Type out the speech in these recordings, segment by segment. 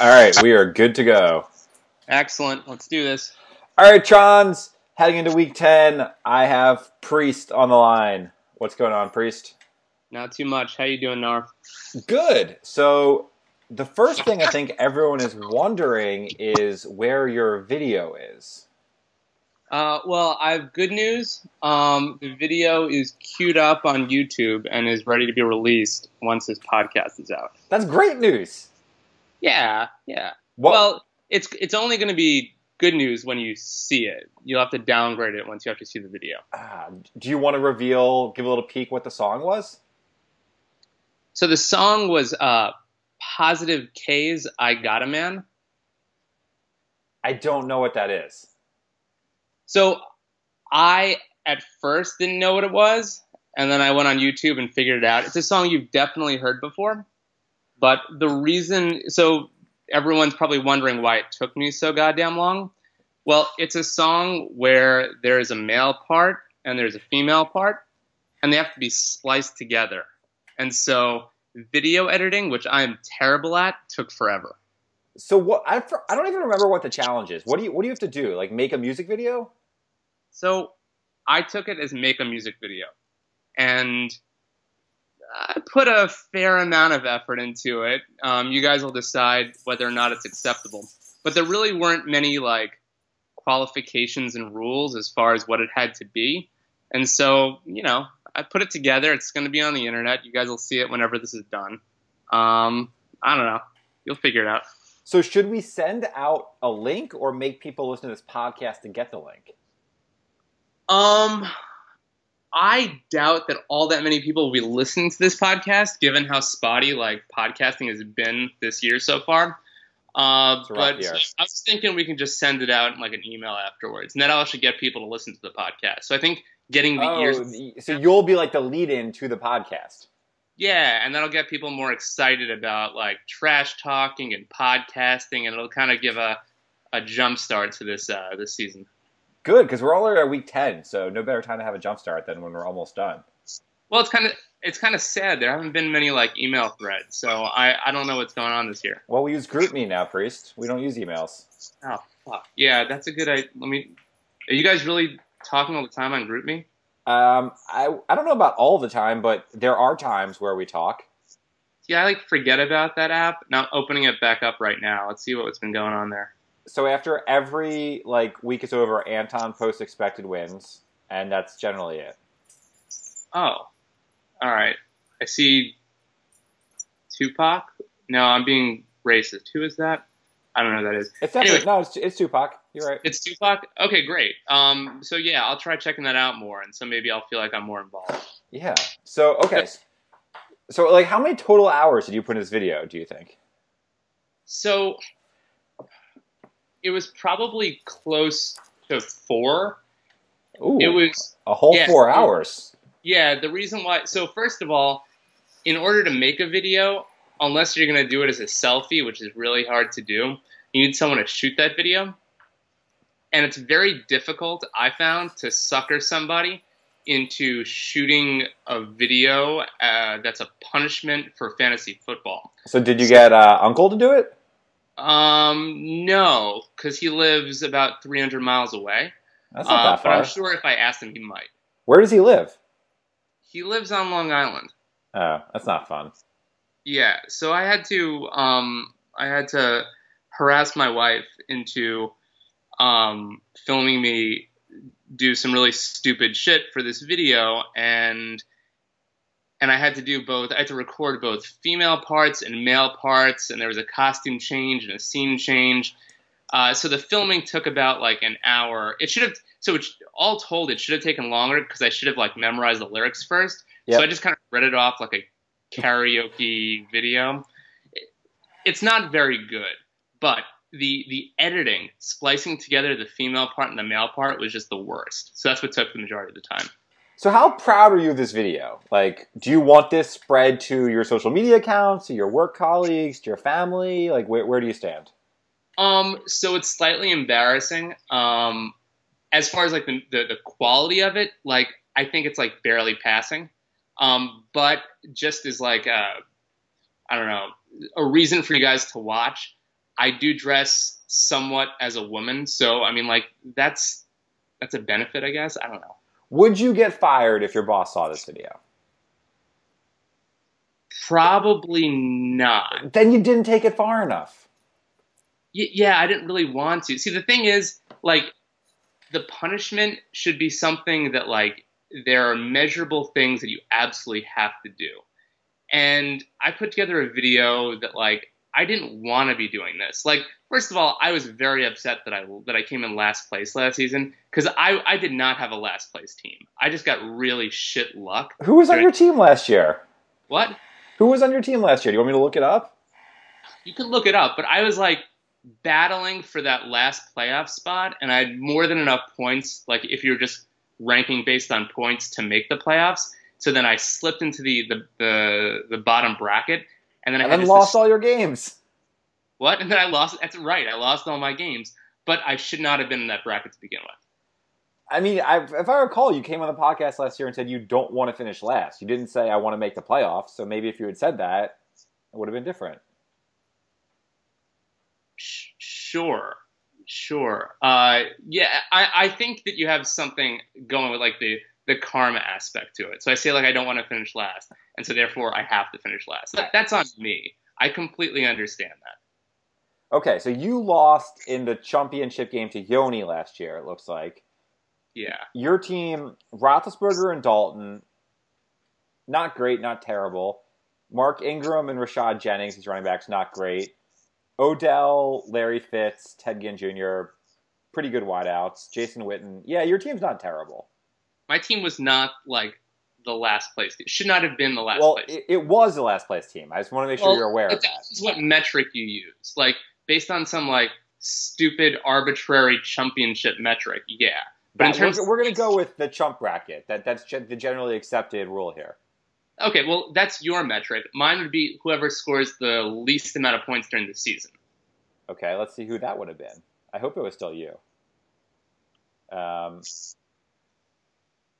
All right, we are good to go. Excellent. Let's do this. All right, Trons, heading into week 10, I have Priest on the line. What's going on, Priest? Not too much. How you doing, Nar? Good. So, the first thing I think everyone is wondering is where your video is. Uh, well, I have good news. Um, the video is queued up on YouTube and is ready to be released once this podcast is out. That's great news. Yeah, yeah. What, Well, it's it's only going to be good news when you see it. You'll have to downgrade it once you actually see the video. ah, do you want to reveal, give a little peek what the song was? So the song was uh, Positive K's "I Got a Man." I don't know what that is. So I at first didn't know what it was, and then I went on YouTube and figured it out. It's a song you've definitely heard before, but the reason so everyone's probably wondering why it took me so goddamn long. Well, it's a song where there is a male part and there's a female part, and they have to be spliced together. And so video editing, which I am terrible at, took forever. So what I, fr- I don't even remember what the challenge is. What do you what do you have to do? Like make a music video? So I took it as make a music video. And I put a fair amount of effort into it. Um, you guys will decide whether or not it's acceptable. But there really weren't many like qualifications and rules as far as what it had to be. And so, you know, I put it together. It's going to be on the internet. You guys will see it whenever this is done. Um, I don't know. You'll figure it out. So should we send out a link or make people listen to this podcast to get the link? Um, I doubt that all that many people will be listening to this podcast, given how spotty like podcasting has been this year so far. Uh, It's a rough but year. I was thinking we can just send it out in like an email afterwards, and that'll actually get people to listen to the podcast. So I think getting the ears, Oh, the- so you'll be like the lead in to the podcast. yeah, and that'll get people more excited about like trash talking and podcasting, and it'll kind of give a a jump start to this uh, this season. Good, because we're all at week ten, so no better time to have a jump start than when we're almost done. Well, it's kind of it's kind of sad. There haven't been many like email threads, so I I don't know what's going on this year. Well, we use GroupMe now, Priest. We don't use emails. Oh fuck. Yeah, that's a good idea. Let me. Are you guys really talking all the time on GroupMe? Um, I I don't know about all the time, but there are times where we talk. Yeah, I like forget about that app. Now opening it back up right now. Let's see what's been going on there. So after every like week is over, Anton posts expected wins, and that's generally it. Oh, all right. I see Tupac. No, I'm being racist. Who is that? I don't know who that is. It's definitely Anyway. no, it's it's Tupac. You're right. It's Tupac. Okay, great. Um, so yeah, I'll try checking that out more, and so maybe I'll feel like I'm more involved. Yeah. So okay. So like, how many total hours did you put in this video? Do you think? So it was probably close to four. Ooh, It was a whole yeah, four it- hours. yeah, the reason why so first of all, in order to make a video, unless you're gonna do it as a selfie, which is really hard to do, you need someone to shoot that video. And it's very difficult, I found, to sucker somebody into shooting a video uh, that's a punishment for fantasy football. So did you get uh, Uncle to do it? Um, no, because he lives about 300 miles away. That's not Uh, that but far. I'm sure if I asked him, he might. Where does he live? He lives on Long Island. Oh, that's not fun. Yeah, so I had to, um, I had to harass my wife into um, filming me do some really stupid shit for this video, and and I had to do both. I had to record both female parts and male parts, and there was a costume change and a scene change. Uh, so the filming took about like an hour. It should have so it, all told it should have taken longer because I should have like memorized the lyrics first. Yep. So I just kind of read it off like a karaoke video. It- it's not very good, but the the editing, splicing together the female part and the male part was just the worst. So that's what took the majority of the time. So how proud are you of this video? Like, do you want this spread to your social media accounts, to your work colleagues, to your family? Like, where, where do you stand? Um, so it's slightly embarrassing. Um, as far as like the, the the quality of it, like I think it's like barely passing. Um, but just as like uh, I don't know, a reason for you guys to watch. I do dress somewhat as a woman, so I mean, like that's that's a benefit, I guess. I don't know. Would you get fired if your boss saw this video? Probably not. Then you didn't take it far enough. Y- yeah, I didn't really want to. See, the thing is, like, the punishment should be something that, like, there are measurable things that you absolutely have to do. And I put together a video that, like, I didn't want to be doing this. Like, first of all, I was very upset that I that I came in last place last season because I I did not have a last place team. I just got really shit luck. Who was on during- your team last year? What? Who was on your team last year? Do you want me to look it up? You can look it up, but I was like battling for that last playoff spot, and I had more than enough points. Like if you're just ranking based on points to make the playoffs, so then I slipped into the the the, the bottom bracket, and then I And then had just lost this- all your games. what? And then I lost. That's right. I lost all my games, but I should not have been in that bracket to begin with. I mean, I, if I recall, you came on the podcast last year and said you don't want to finish last. You didn't say I want to make the playoffs. So maybe if you had said that, it would have been different. Sh- sure sure uh yeah i i think that you have something going with like the the karma aspect to it so i say like i don't want to finish last and so therefore i have to finish last That- that's on me i completely understand that Okay, so you lost in the championship game to Yoni last year. It looks like yeah your team: Roethlisberger and Dalton. Not great, not terrible. Mark Ingram and Rashad Jennings, his running backs, not great. Odell, Larry Fitz, Ted Ginn Jr., pretty good wideouts. Jason Witten, yeah, your team's not terrible. my team was not like the last place it should not have been the last well, place It, it was the last place team. I just want to make sure Well, you're aware but of that's that. just what metric you use like based on some like stupid arbitrary championship metric yeah but in That- terms we're we're going to go with the chump bracket. That that's gen- the generally accepted rule here. Okay, well, that's your metric. Mine would be whoever scores the least amount of points during the season. Okay, let's see who that would have been. I hope it was still you. Um,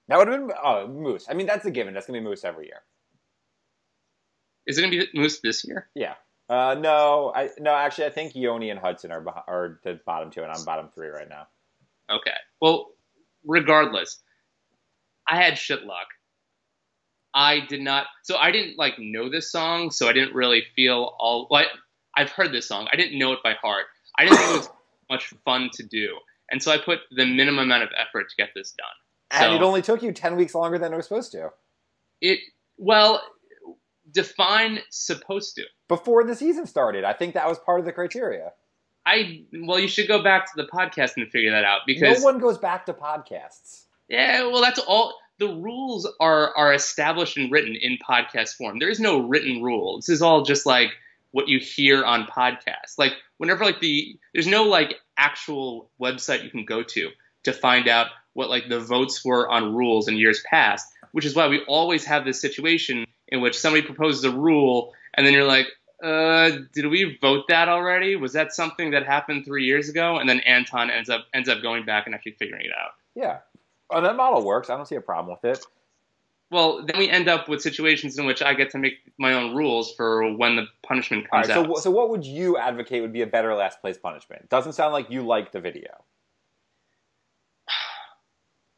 that would have been oh Moose. I mean, that's a given. That's gonna be Moose every year. Is it going to be Moose this year? Uh, no, I no actually I think Yoni and Hudson are beh- are the bottom two, and I'm bottom three right now. Okay. Well, regardless, I had shit luck. I did not. So I didn't like know this song, so I didn't really feel all. Like I've heard this song. I didn't know it by heart. I didn't think it was much fun to do, and so I put the minimum amount of effort to get this done. And So- it only took you ten weeks longer than it was supposed to It well, define supposed to. before the season started. I think that was part of the criteria. I well, you should go back to the podcast and figure that out No because one goes back to podcasts. yeah, well, that's all. The rules are are established and written in podcast form. There is no written rule. This is all just like what you hear on podcasts. Like whenever like the there's no like actual website you can go to to find out what like the votes were on rules in years past, which is why we always have this situation in which somebody proposes a rule and then you're like, uh, did we vote that already? Was that something that happened three years ago? And then Anton ends up ends up going back and actually figuring it out. Yeah. And that model works. I don't see a problem with it. Well, then we end up with situations in which I get to make my own rules for when the punishment All comes right. So, out. wh- so what would you advocate would be a better last place punishment? Doesn't sound like you like the video.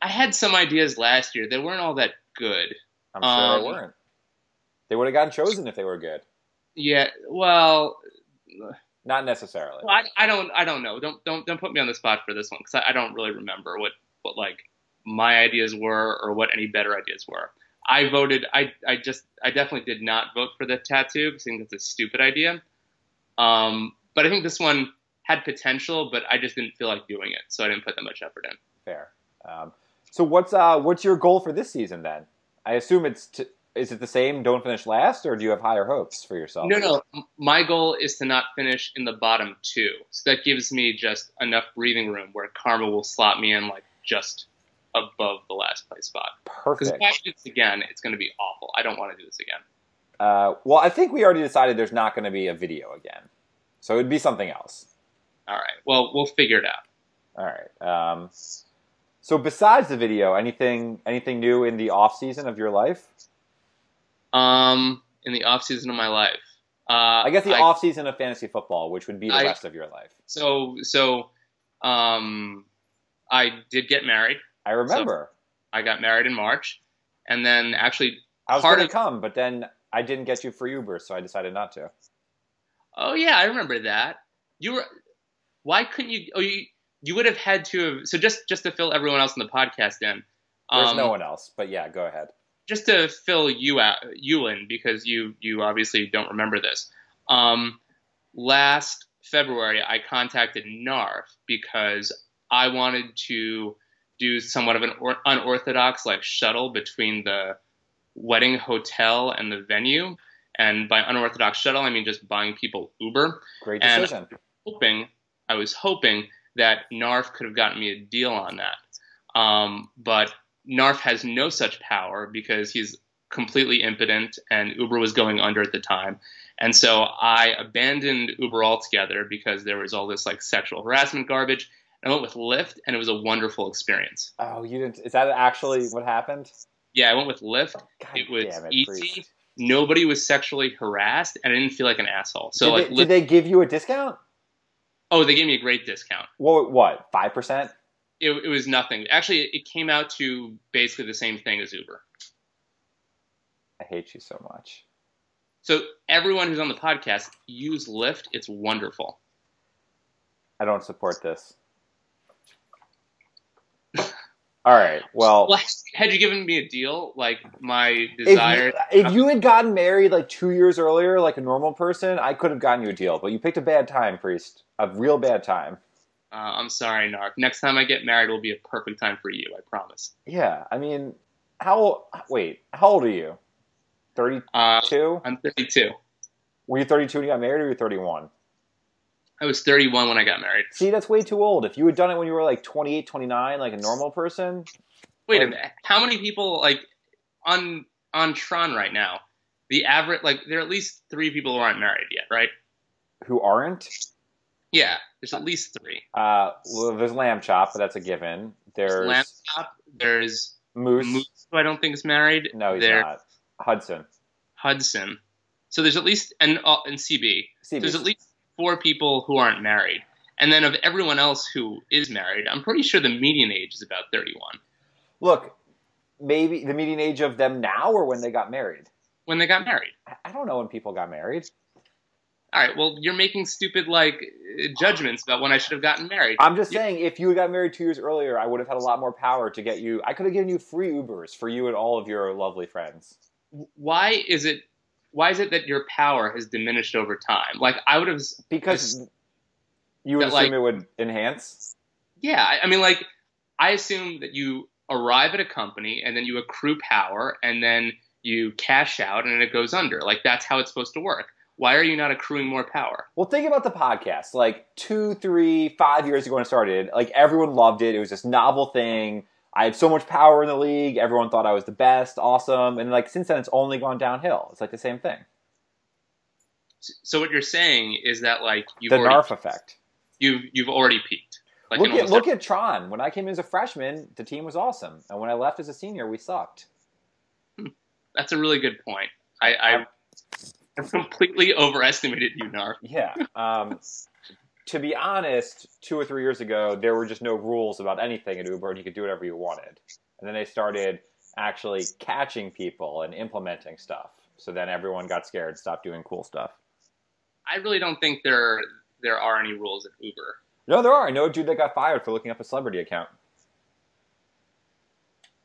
I had some ideas last year. They weren't all that good. I'm sure Um, they weren't. They would have gotten chosen if they were good. Yeah. Well, Not necessarily. I, I don't. I don't know. Don't don't don't put me on the spot for this one because I, I don't really remember what what like my ideas were or what any better ideas were. I voted. I I just I definitely did not vote for the tattoo because I think that's a stupid idea. Um, but I think this one had potential, but I just didn't feel like doing it, so I didn't put that much effort in. Fair. Um, so what's uh, what's your goal for this season then? I assume it's to, is it the same? Don't finish last, or do you have higher hopes for yourself? No, no. M- My goal is to not finish in the bottom two. So that gives me just enough breathing room where karma will slot me in like just above the last place spot. Because if Perfect. I do this again, it's going to be awful. I don't want to do this again. Uh, well, I think we already decided there's not going to be a video again, so it'd be something else. All right. Well, we'll figure it out. All right. Um, so besides the video, anything anything new in the off season of your life? Um, in the off season of my life, Uh, I guess the I- off season of fantasy football, which would be the I- rest of your life. so so um, I did get married. I remember. I got married in March, and then actually, I was part going to of- come, but then I didn't get you for Uber, so I decided not to. oh yeah, I remember that. You were why couldn't you? Oh, you you would have had to have. So just just to fill everyone else in the podcast in. There's um, no one else, but yeah, go ahead. just to fill you out, you in because you you obviously don't remember this. Um, last February, I contacted NARF because I wanted to do somewhat of an or- unorthodox like shuttle between the wedding hotel and the venue. And by unorthodox shuttle, I mean just buying people Uber. Great And- decision. Hoping I was hoping that NARF could have gotten me a deal on that. Um, but Narf has no such power because he's completely impotent and Uber was going under at the time. And so I abandoned Uber altogether because there was all this like sexual harassment garbage. I went with Lyft and it was a wonderful experience. oh, you didn't. Is that actually what happened? Yeah, I went with Lyft. God It was damn it, easy. Priest. Nobody was sexually harassed and I didn't feel like an asshole. So did, like they, Lyft, did they give you a discount? oh, they gave me a great discount. What? What? Five percent? It, it was nothing. Actually, it came out to basically the same thing as Uber. I hate you so much. So everyone who's on the podcast, use Lyft. It's wonderful. I don't support this. All right. Well, Well, had you given me a deal, like my desire, Oh. if you, if you had gotten married like two years earlier, like a normal person, I could have gotten you a deal. But you picked a bad time, priest. A real bad time. uh, I'm sorry, Narc. Next time I get married will be a perfect time for you. I promise. Yeah. I mean, how? Wait. How old are you? Thirty-two. Uh, I'm 32. Were you thirty-two when you got married, or were you thirty-one? I was 31 when I got married. See, that's way too old. If you had done it when you were like 28, 29, like a normal person, Wait a Like- minute. How many people like on on Tron right now? The average, like, there are at least three people who aren't married yet, right? who aren't, Yeah, there's at least three. uh, well, there's lamb chop, but that's a given. There's Laptop. There's moose. Moose, who I don't think is married. No, he's There- not. Hudson. Hudson. So there's at least and uh, and CB. CB. there's at least four people who aren't married. And then of everyone else who is married, I'm pretty sure the median age is about 31. Look, maybe the median age of them now or when they got married. When they got married. I- I don't know when people got married. All right, well, you're making stupid like uh, judgments about when I should have gotten married. I'm just Yeah. saying, if you had got married two years earlier, I would have had a lot more power to get you. I could have given you free Ubers for you and all of your lovely friends. Why is it why is it that your power has diminished over time? Like I would have Because you would But, assume like- it would enhance. yeah, I, I mean like I assume that you arrive at a company and then you accrue power and then you cash out and it goes under. Like that's how it's supposed to work. Why are you not accruing more power? Well, think about the podcast. Like two, three, five years ago when it started, like everyone loved it. It was this novel thing. I had so much power in the league. Everyone thought I was the best, awesome. And like since then, it's only gone downhill. It's like the same thing. So what you're saying is that like you've the already Narf effect. you've you've already peaked. Like Look in at almost look at Tron. When I came in as a freshman, the team was awesome, and when I left as a senior, we sucked. every- that's a really good point. I, I I've completely overestimated you, Narf. Yeah. Um, to be honest, two or three years ago, there were just no rules about anything at Uber, and you could do whatever you wanted. And then they started actually catching people and implementing stuff. So then everyone got scared and stopped doing cool stuff. I really don't think there there are any rules at Uber. No, there are. I know a dude that got fired for looking up a celebrity account.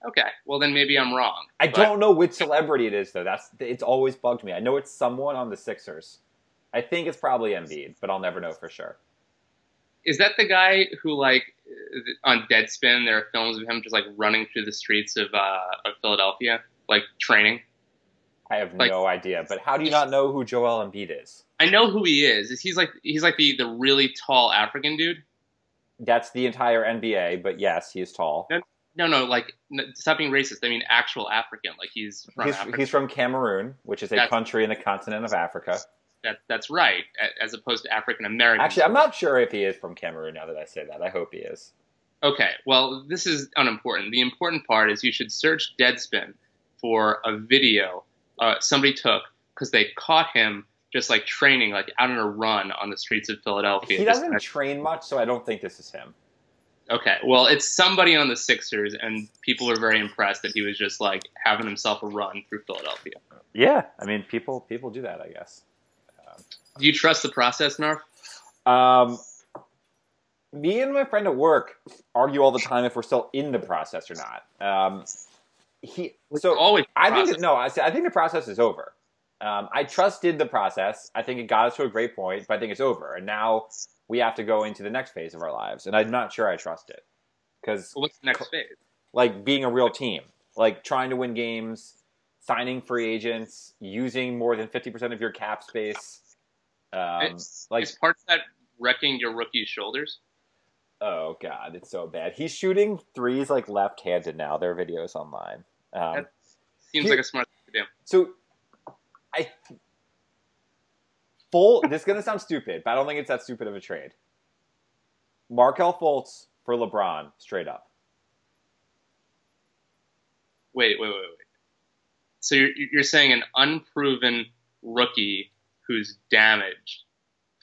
Okay, well then maybe I'm wrong. I But- don't know which celebrity it is though. That's it's always bugged me. I know it's someone on the Sixers. I think it's probably Embiid, but I'll never know for sure. Is that the guy who like uh, on Deadspin? There are films of him just like running through the streets of uh, of Philadelphia, like training. I have Like- no idea. But how do you not know who Joel Embiid is? I know who he is. Is he's like he's like the the really tall African dude. That's the entire NBA, but yes, he's tall. No, no, like n- stop being racist. I mean actual African. Like he's from He's, Africa. he's from Cameroon, which is a That's- country in the continent of Africa. that, that's right, a- as opposed to African American. Actually, I'm not sure if he is from Cameroon now that I say that. I hope he is. Okay, well, this is unimportant. The important part is you should search Deadspin for a video uh, somebody took because they caught him just like training, like out on a run on the streets of Philadelphia. He Just- doesn't train much, so I don't think this is him. okay, well, it's somebody on the Sixers, and people are very impressed that he was just like having himself a run through Philadelphia. Yeah, I mean, people people do that, I guess. Do you trust the process, Narf? Um, me and my friend at work argue all the time if we're still in the process or not. Um, he so always. I think process. that- no, I, say- I think the process is over. Um, I trusted the process. I think it got us to a great point, but I think it's over, and now we have to go into the next phase of our lives. And I'm not sure I trust it because What's the next phase? like being a real team, like trying to win games, signing free agents, using more than fifty percent of your cap space. Um, it's, like- it's part of that wrecking your rookie's shoulders. oh god, it's so bad. He's shooting threes like left-handed now. There are videos online. Um, Seems Here- like a smart thing to do. So, I full. this is gonna sound stupid, but I don't think it's that stupid of a trade. Markel Fultz for LeBron, straight up. Wait, wait, wait, wait. So you're you're saying an unproven rookie who's damaged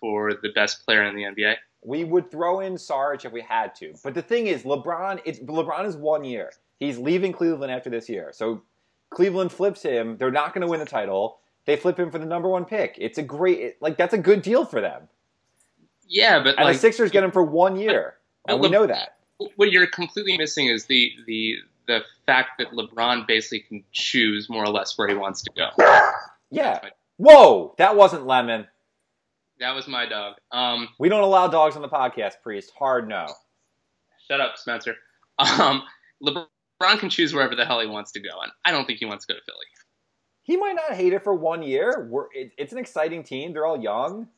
for the best player in the NBA? We would throw in Sarge if we had to, but the thing is, LeBron. It's LeBron is one year. He's leaving Cleveland after this year, so Cleveland flips him. They're not going to win the title. They flip him for the number one pick. It's a great, it- like that's a good deal for them. Yeah, but And like the Sixers get him for one year, But and we Le- know that. what you're completely missing is the the the fact that LeBron basically can choose more or less where he wants to go. Yeah. Whoa, that wasn't lemon. That was my dog. Um, We don't allow dogs on the podcast, priest. Hard no. shut up, Spencer. Um, LeBron can choose wherever the hell he wants to go, and I don't think he wants to go to Philly. He might not hate it for one year. We're, it, it's an exciting team. They're all young.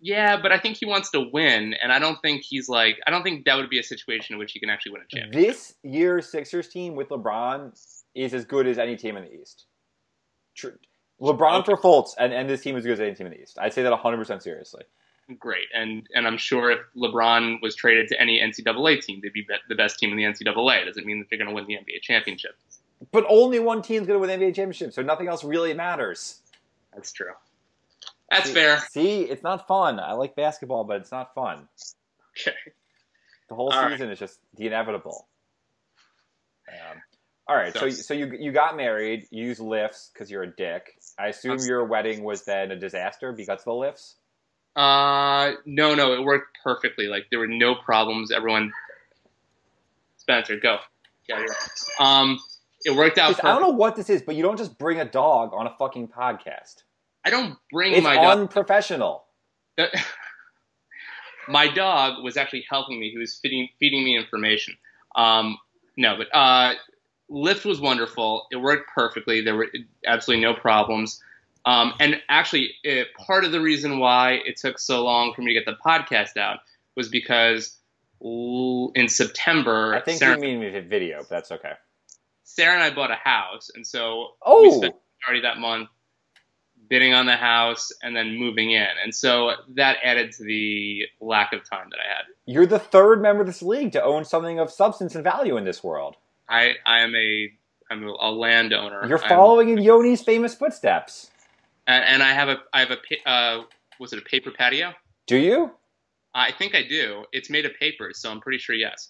Yeah, but I think he wants to win, and I don't think he's like I don't think that would be a situation in which he can actually win a championship. This year's Sixers team with LeBron is as good as any team in the East. True. LeBron for Fultz, and, and this team is as good as any team in the East. I'd say that 100% seriously. Great, and and I'm sure if LeBron was traded to any NCAA team, they'd be, be the best team in the NCAA. It doesn't mean that they're going to win the NBA championship. But only one team's going to win the NBA championship, so nothing else really matters. That's true. That's See- fair. See, it's not fun. I like basketball, but it's not fun. Okay. The whole All right. season is just the inevitable. Um, all right, so So- so you you got married. You use lifts because you're a dick. I assume That's- your wedding was then a disaster because of the lifts. Uh, no, no, it worked perfectly. Like there were no problems. Everyone, Spencer, go. Yeah, you're right. Um, it worked out. Just- I don't perfect- know what this is, but you don't just bring a dog on a fucking podcast. I don't bring It's my dog. unprofessional. my dog was actually helping me. He was feeding feeding me information. Um, no, but uh, Lyft was wonderful. It worked perfectly. There were absolutely no problems. Um, and actually, it, part of the reason why it took so long for me to get the podcast out was because l- in September, I think Sarah, you mean with video, but that's okay. Sarah and I bought a house, and so we Oh, spent the majority of that month bidding on the house and then moving in, and so that added to the lack of time that I had. you're the third member of this league to own something of substance and value in this world. I I am a I'm a landowner. You're I'm- following in Yoni's famous footsteps. and, and I have a I have a pa- uh, was it a paper patio? Do you? I think I do. It's made of paper, so I'm pretty sure yes.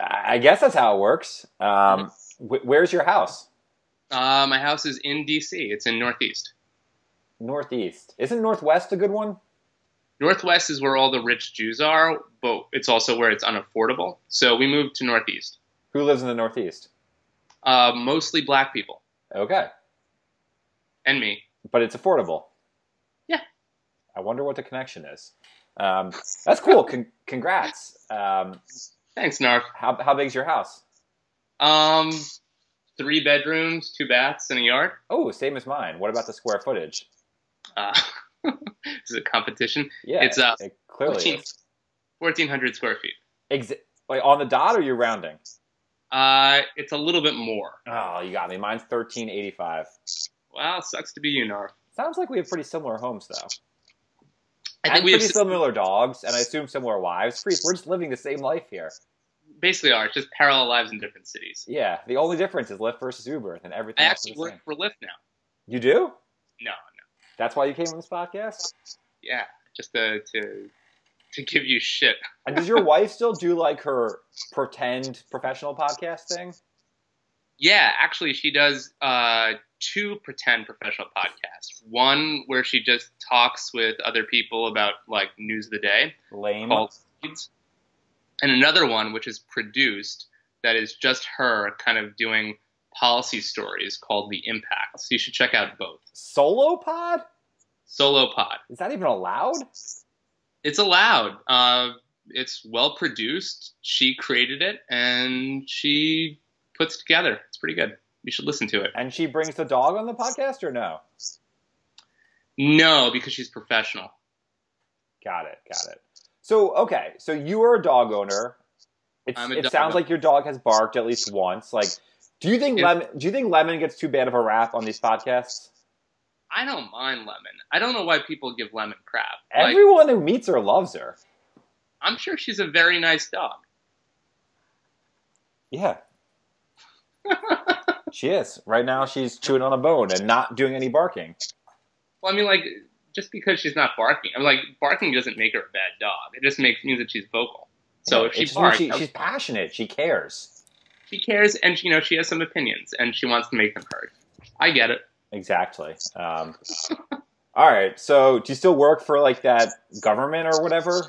I I guess that's how it works. Um, wh- where's your house? Uh, my house is in D.C. It's in Northeast. Northeast. Isn't Northwest a good one? Northwest is where all the rich Jews are, but it's also where it's unaffordable. So we moved to Northeast, Who lives in the Northeast? uh, mostly black people Okay, and me. but it's affordable. Yeah. I wonder what the connection is. Um, that's cool. Con- congrats. Um, Thanks, Narf. how how big's your house? Um, three bedrooms, two baths, and a yard. Oh, same as mine. What about the square footage? Uh, this is a competition. Yeah, It's, uh, it clearly 14 is. 1,400 square feet. Ex- wait, on the dot or you're rounding? Uh, it's a little bit more. Oh, you got me. Mine's thirteen eighty five. Well, sucks to be you, Narf. Sounds like we have pretty similar homes though. I and think we have pretty similar dogs, and I assume similar wives. Priest, we're just living the same life here. basically are. It's just parallel lives in different cities. Yeah, the only difference is Lyft versus Uber, and everything I else is actually the work same. for Lyft now. You do? No, That's why you came on this podcast. Yeah, just to to, to give you shit. And does your wife still do like her pretend professional podcast thing? Yeah, actually, she does uh, two pretend professional podcasts. One where she just talks with other people about like news of the day Lame. called Leads, and another one which is produced that is just her kind of doing policy stories called The Impact. So you should check out both. Solo pod? Solo Pod. Is that even allowed? It's allowed. Uh, it's well produced. She created it and she puts it together. It's pretty good. You should listen to it. And she brings the dog on the podcast or no? No, because she's professional. Got it. Got it. So okay, so you are a dog owner. It's, I'm a it dog sounds owner. like your dog has barked at least once. Like, do you think Yeah. lemon? Do you think lemon gets too bad of a rap on these podcasts? I don't mind Lemon. I don't know why people give Lemon crap. Like, Everyone who meets her loves her. I'm sure she's a very nice dog. Yeah, she is. Right now, she's chewing on a bone and not doing any barking. Well, I mean, like, just because she's not barking, I'm like, barking doesn't make her a bad dog. It just makes means that she's vocal. So Yeah, if she it just means barks, she- I- she's passionate. She cares. she cares, and you know, she has some opinions, and she wants to make them heard. I get it. Exactly. Um, all right. So, do you still work for like that government or whatever?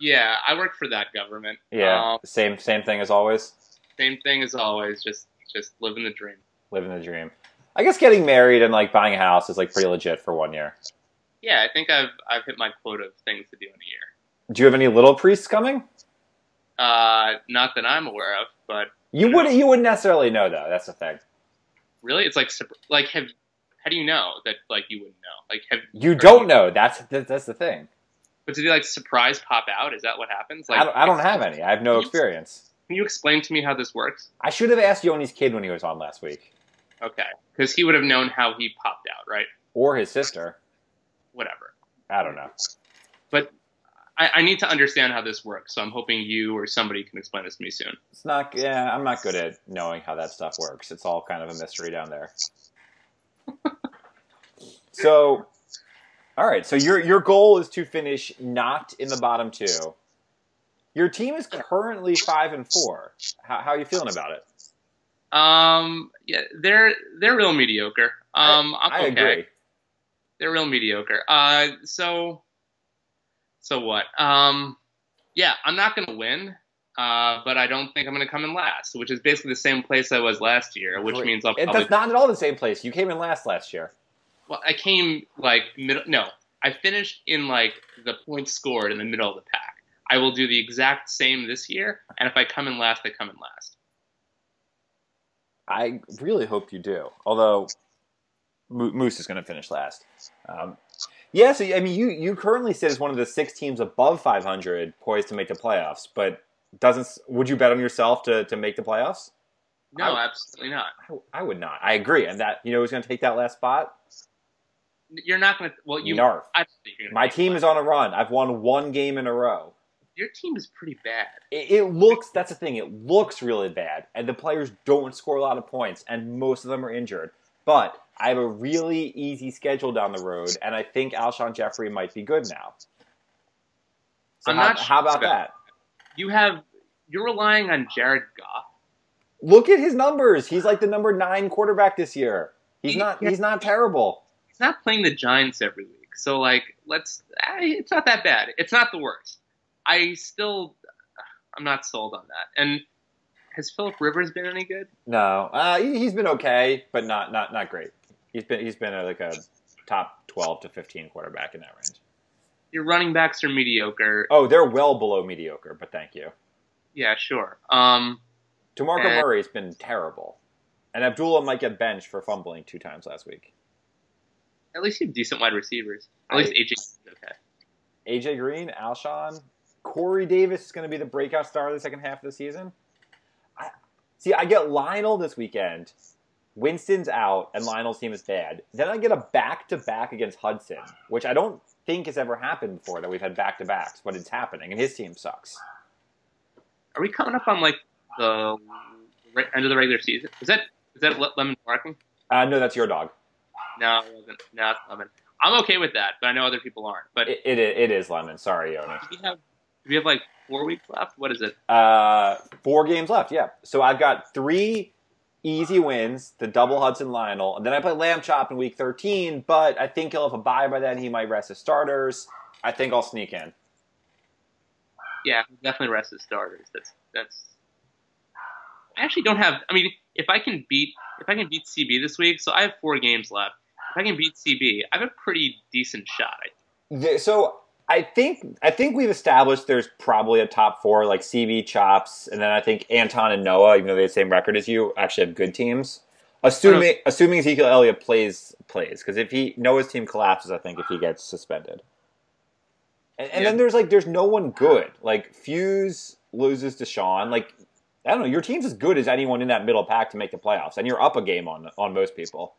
Yeah, I work for that government. Yeah. Um, same same thing as always. same thing as always. Just, just living the dream. Living the dream. I guess getting married and like buying a house is like pretty legit for one year. Yeah, I think I've I've hit my quota of things to do in a year. Do you have any little priests coming? Uh, not that I'm aware of, but You No. wouldn't you wouldn't necessarily know though. That's the thing. really, it's like sup- like have how do you know that like you wouldn't know? Like have You Right. don't know. That's that, that's the thing. but do they like surprise pop out? Is that what happens? Like I don't, I don't have any. I have no experience. Can you explain to me how this works? I should have asked Yoni's kid when he was on last week, Okay, because he would have known how he popped out, right? or his sister. Whatever. I don't know. I, I need to understand how this works, so I'm hoping you or somebody can explain this to me soon. It's not. Yeah, I'm not good at knowing how that stuff works. It's all kind of a mystery down there. so, all right. So your your goal is to finish not in the bottom two. Your team is currently five and four. How, how are you feeling about it? Um, yeah, they're they're real mediocre. Um, I, am I okay. agree. They're real mediocre. Uh, so so what? Um, yeah, I'm not gonna win. Uh, but I don't think I'm gonna come in last, which is basically the same place I was last year, which Great. means I'll It, probably that's not at all the same place. You came in last last year. Well, I came like middle. No, I finished in like the points scored in the middle of the pack. I will do the exact same this year, and if I come in last, I come in last. I really hope you do. Although Mo- Moose is going to finish last. Um, yeah, so I mean, you you currently sit as one of the six teams above 500, poised to make the playoffs. But doesn't would you bet on yourself to, to make the playoffs? No, I- absolutely not. I, I would not. I agree, and that you know who's going to take that last spot? You're not gonna. Well, you. Narf. I don't think you're gonna My make team one. is on a run. I've won one game in a row. Your team is pretty bad. It, it looks that's the thing. It looks really bad, and the players don't score a lot of points, and most of them are injured. But I have a really easy schedule down the road, and I think Alshon Jeffrey might be good now. So I'm how, not sure how about about- that? You have. You're relying on Jared Goff. Look at his numbers. He's like the number nine quarterback this year. He's He- not. He's not terrible. He's not playing the Giants every week, so like, let's. I- It's not that bad. It's not the worst. I still. I'm not sold on that. And has Philip Rivers been any good? No, uh, he, he's been okay, but not not not great. He's been he's been a, like a top twelve to fifteen quarterback in that range. Your running backs are mediocre. Oh, they're well below mediocre, but thank you. Yeah, sure. Um, DeMarco And- Murray's been terrible. And Abdullah might get benched for fumbling two times last week. at least you have decent wide receivers. At I- least AJ is okay. AJ Green, Alshon, Corey Davis is going to be the breakout star of the second half of the season. I, see, I get Lionel this weekend. Winston's out, and Lionel's team is bad. Then I get a back to back against Hudson, which I don't think has ever happened before that we've had back to backs, but it's happening, and his team sucks. Are we coming up on like the re- end of the regular season? Is that is that le- lemon barking? Uh, no, that's your dog. No, it wasn't. No, it's lemon. I'm okay with that, but I know other people aren't. But It, it, it is lemon. Sorry, Yoni. we have we have like four weeks left. What is it? Uh, four games left. Yeah. So I've got three easy wins: the double Hudson Lionel, and then I play Lamb Chop in week 13. But I think he'll have a bye by then. He might rest his starters. I think I'll sneak in. Yeah, definitely rest the starters. That's that's. I actually don't have. I mean, if I can beat if I can beat CB this week, so I have four games left. If I can beat CB, I have a pretty decent shot. I Th- So I think I think we've established there's probably a top four like CB Chops, and then I think Anton and Noah, even though they have the same record as you, actually have good teams. Assuming assuming Ezekiel Elliott plays plays because if he Noah's team collapses, I think if he gets suspended, and, and then Yeah. there's like there's no one good. Like Fuse loses to Sean. Like I don't know, your team's as good as anyone in that middle pack to make the playoffs, and you're up a game on on most people.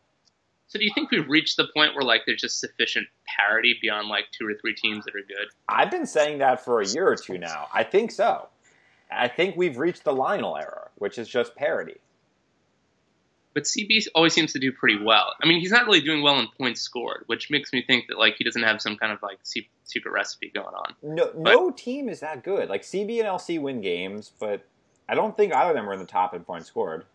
So do you think we've reached the point where like there's just sufficient parity beyond like two or three teams that are good? I've been saying that for a year or two now. I think so. I think we've reached the Lionel era, which is just parody. But CB always seems to do pretty well. I mean, he's not really doing well in points scored, which makes me think that like he doesn't have some kind of like se- secret recipe going on. No, no team is that good. Like CB and LC win games, but I don't think either of them were in the top in points scored.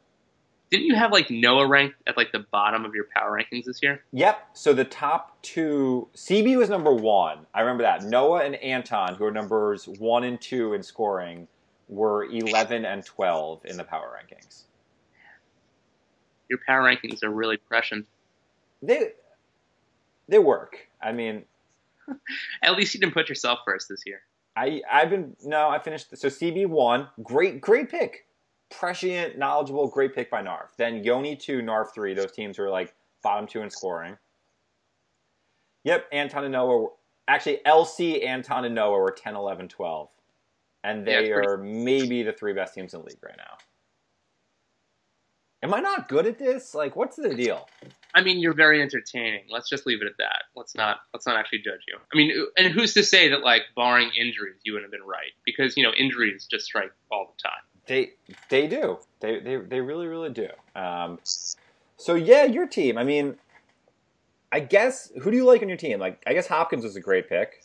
Didn't you have like Noah ranked at like the bottom of your power rankings this year? Yep. So the top two, CB was number one. I remember that. Noah and Anton, who are numbers one and two in scoring, were eleven and twelve in the power rankings. Your power rankings are really prescient. They they work. I mean, At least you didn't put yourself first this year. I I've been no, I finished so CB one, great great pick, prescient, knowledgeable, great pick by Narf. Then Yoni two, Narf three. Those teams were like bottom two in scoring. Yep, Anton and Noah. Were, actually, LC, Anton and Noah were 10, 11, 12. and Yeah, they it's pretty- are maybe the three best teams in the league right now. Am I not good at this? Like, what's the deal? I mean, you're very entertaining. Let's just leave it at that. Let's not let's not actually judge you. I mean, and who's to say that like barring injuries, you wouldn't have been right because you know injuries just strike all the time. They they do. They they they really really do. Um, so yeah, your team. I mean, I guess who do you like on your team? Like, I guess Hopkins was a great pick.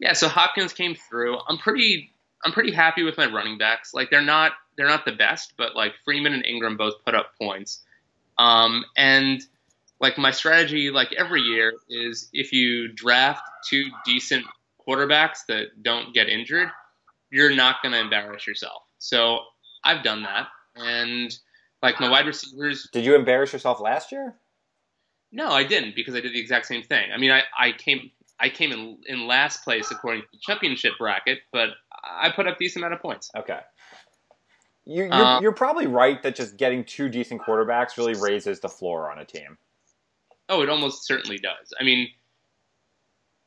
Yeah, so Hopkins came through. I'm pretty I'm pretty happy with my running backs. Like they're not they're not the best, but like Freeman and Ingram both put up points. Um, and like my strategy like every year is if you draft two decent quarterbacks that don't get injured, you're not going to embarrass yourself. So I've done that and like my wide receivers Did you embarrass yourself last year? no, I didn't because I did the exact same thing. I mean, I, I came I came in in last place according to the championship bracket, but I put up decent amount of points. Okay. You, you're, Uh, you're probably right that just getting two decent quarterbacks really raises the floor on a team. Oh, it almost certainly does. I mean,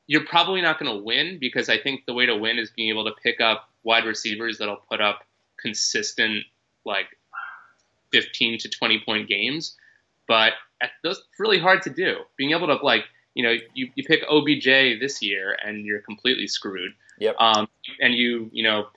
you're probably not going to win because I think the way to win is being able to pick up wide receivers that'll put up consistent like 15 to 20 point games, but at- that's really hard to do. Being able to like, you know, you, you pick OBJ this year and you're completely screwed. Yep. Um, and you, you know,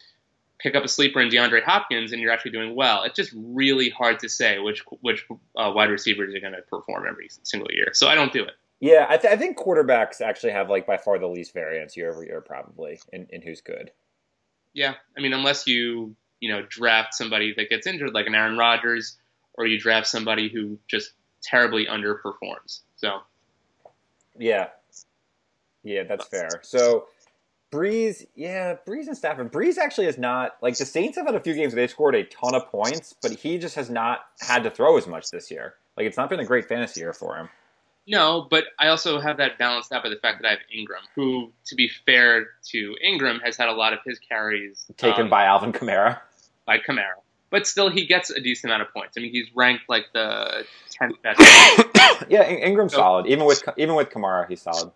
pick up a sleeper in DeAndre Hopkins and you're actually doing well. It's just really hard to say which which uh, wide receivers are going to perform every single year. So I don't do it. Yeah, I, th- I think quarterbacks actually have like by far the least variance year over year, probably in, in who's good. Yeah, I mean, unless you you know draft somebody that gets injured, like an Aaron Rodgers, or you draft somebody who just terribly underperforms. So Yeah. Yeah, that's fair. So Breeze, yeah, Breeze and Stafford. Breeze actually has not like the Saints have had a few games where they've scored a ton of points, but he just has not had to throw as much this year. Like it's not been a great fantasy year for him. no, but I also have that balanced out by the fact that I have Ingram, who, to be fair to Ingram, has had a lot of his carries Taken um, by Alvin Kamara. by Camaro. But still, he gets a decent amount of points. I mean, he's ranked like the tenth best. Yeah, In- Ingram's So- solid. Even with even with Kamara, he's solid.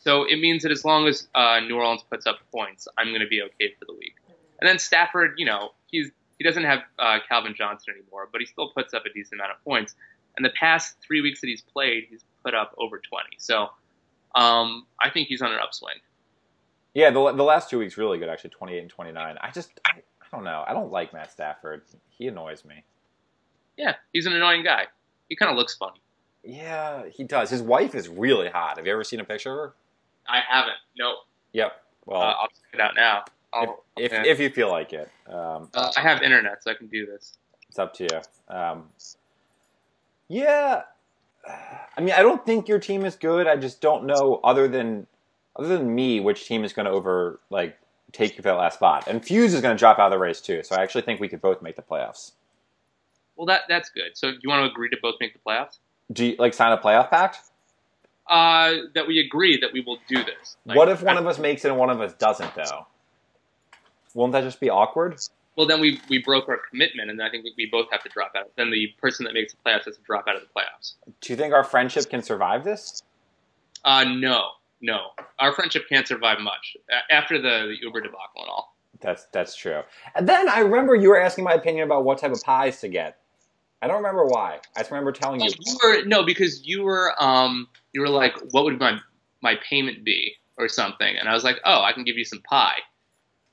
so it means that as long as uh, New Orleans puts up points, I'm going to be okay for the week. And then Stafford, you know, he's he doesn't have uh, Calvin Johnson anymore, but he still puts up a decent amount of points. And the past three weeks that he's played, he's put up over 20. So um, I think he's on an upswing. Yeah, the the last two weeks really good actually, 28 and 29. I just I, I don't know. I don't like Matt Stafford. He annoys me. Yeah, he's an annoying guy. He kind of looks funny. Yeah, he does. His wife is really hot. Have you ever seen a picture of her? I haven't. No. Yep. Uh, Well, I'll check it out now. I'll, if yeah. if you feel like it, um, uh, I have internet, so I can do this. it's up to you. Um, yeah, I mean, I don't think your team is good. I just don't know other than other than me, which team is going to over like take you for that last spot. And Fuse is going to drop out of the race too. So I actually think we could both make the playoffs. Well, that that's good. So, do you want to agree to both make the playoffs? Do you like sign a playoff pact? Uh, that we agree that we will do this. Like, what if one I- of us makes it and one of us doesn't though? Won't that just be awkward? Well, then we we broke our commitment, and I think we, we both have to drop out. Then the person that makes the playoffs has to drop out of the playoffs. Do you think our friendship can survive this? Uh, no, no, our friendship can't survive much A- after the, the Uber debacle and all. That's that's true. And then I remember you were asking my opinion about what type of pies to get. I don't remember why. I just remember telling you. You were no, because you were um you were like, what would my my payment be or something? And I was like, oh, I can give you some pie.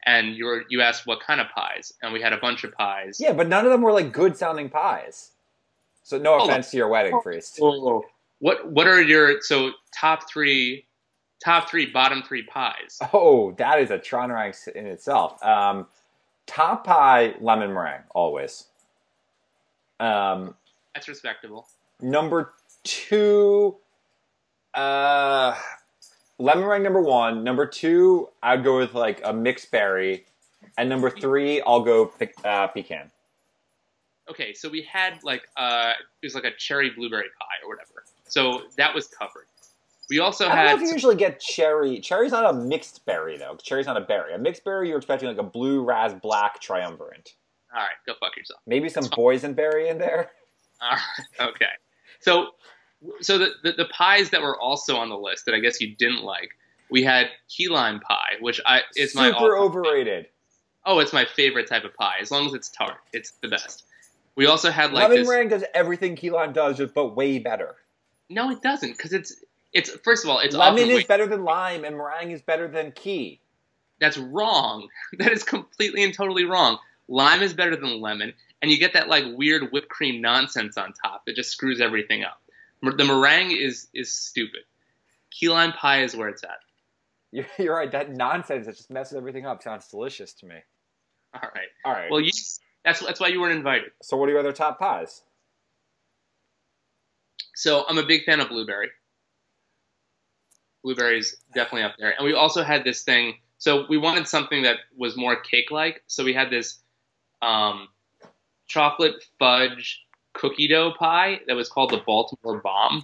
And you were you asked what kind of pies, and we had a bunch of pies. Yeah, but none of them were like good sounding pies. So no Oh. offense to your wedding priest. Whoa. What what are your so top three, top three, bottom three pies? Oh, that is a Tron ranks in itself. Um, top pie lemon meringue always. Um, That's respectable. number two, uh, lemon meringue number one. Number two, I'd go with like a mixed berry, and number three, I'll go pe- uh, pecan. Okay, so we had like uh it was like a cherry blueberry pie or whatever. So that was covered. We also I don't had know if you usually get cherry. Cherry's not a mixed berry though. Cherry's not a berry. A mixed berry, you're expecting like a blue, ras, black triumvirate. all right, go fuck yourself. Maybe some boysenberry in there. All right, okay. So, so the, the the pies that were also on the list that I guess you didn't like, we had key lime pie, which I is my super all- overrated. oh, it's my favorite type of pie. As long as it's tart, it's the best. We also had like Lemon this. meringue does everything key lime does, just but way better. No, it doesn't, because it's it's first of all, it's Lemon often is wait- better than lime, and meringue is better than key. that's wrong. That is completely and totally wrong. Lime is better than lemon, and you get that like weird whipped cream nonsense on top that just screws everything up. Mer- The meringue is is stupid. Key lime pie is where it's at. You're, you're right. That nonsense that just messes everything up sounds delicious to me. All right. All right. Well, you, that's that's why you weren't invited. so, what are your other top pies? So I'm a big fan of blueberry. Blueberry's definitely up there. And we also had this thing. So we wanted something that was more cake-like. So we had this um, chocolate fudge cookie dough pie that was called the Baltimore Bomb.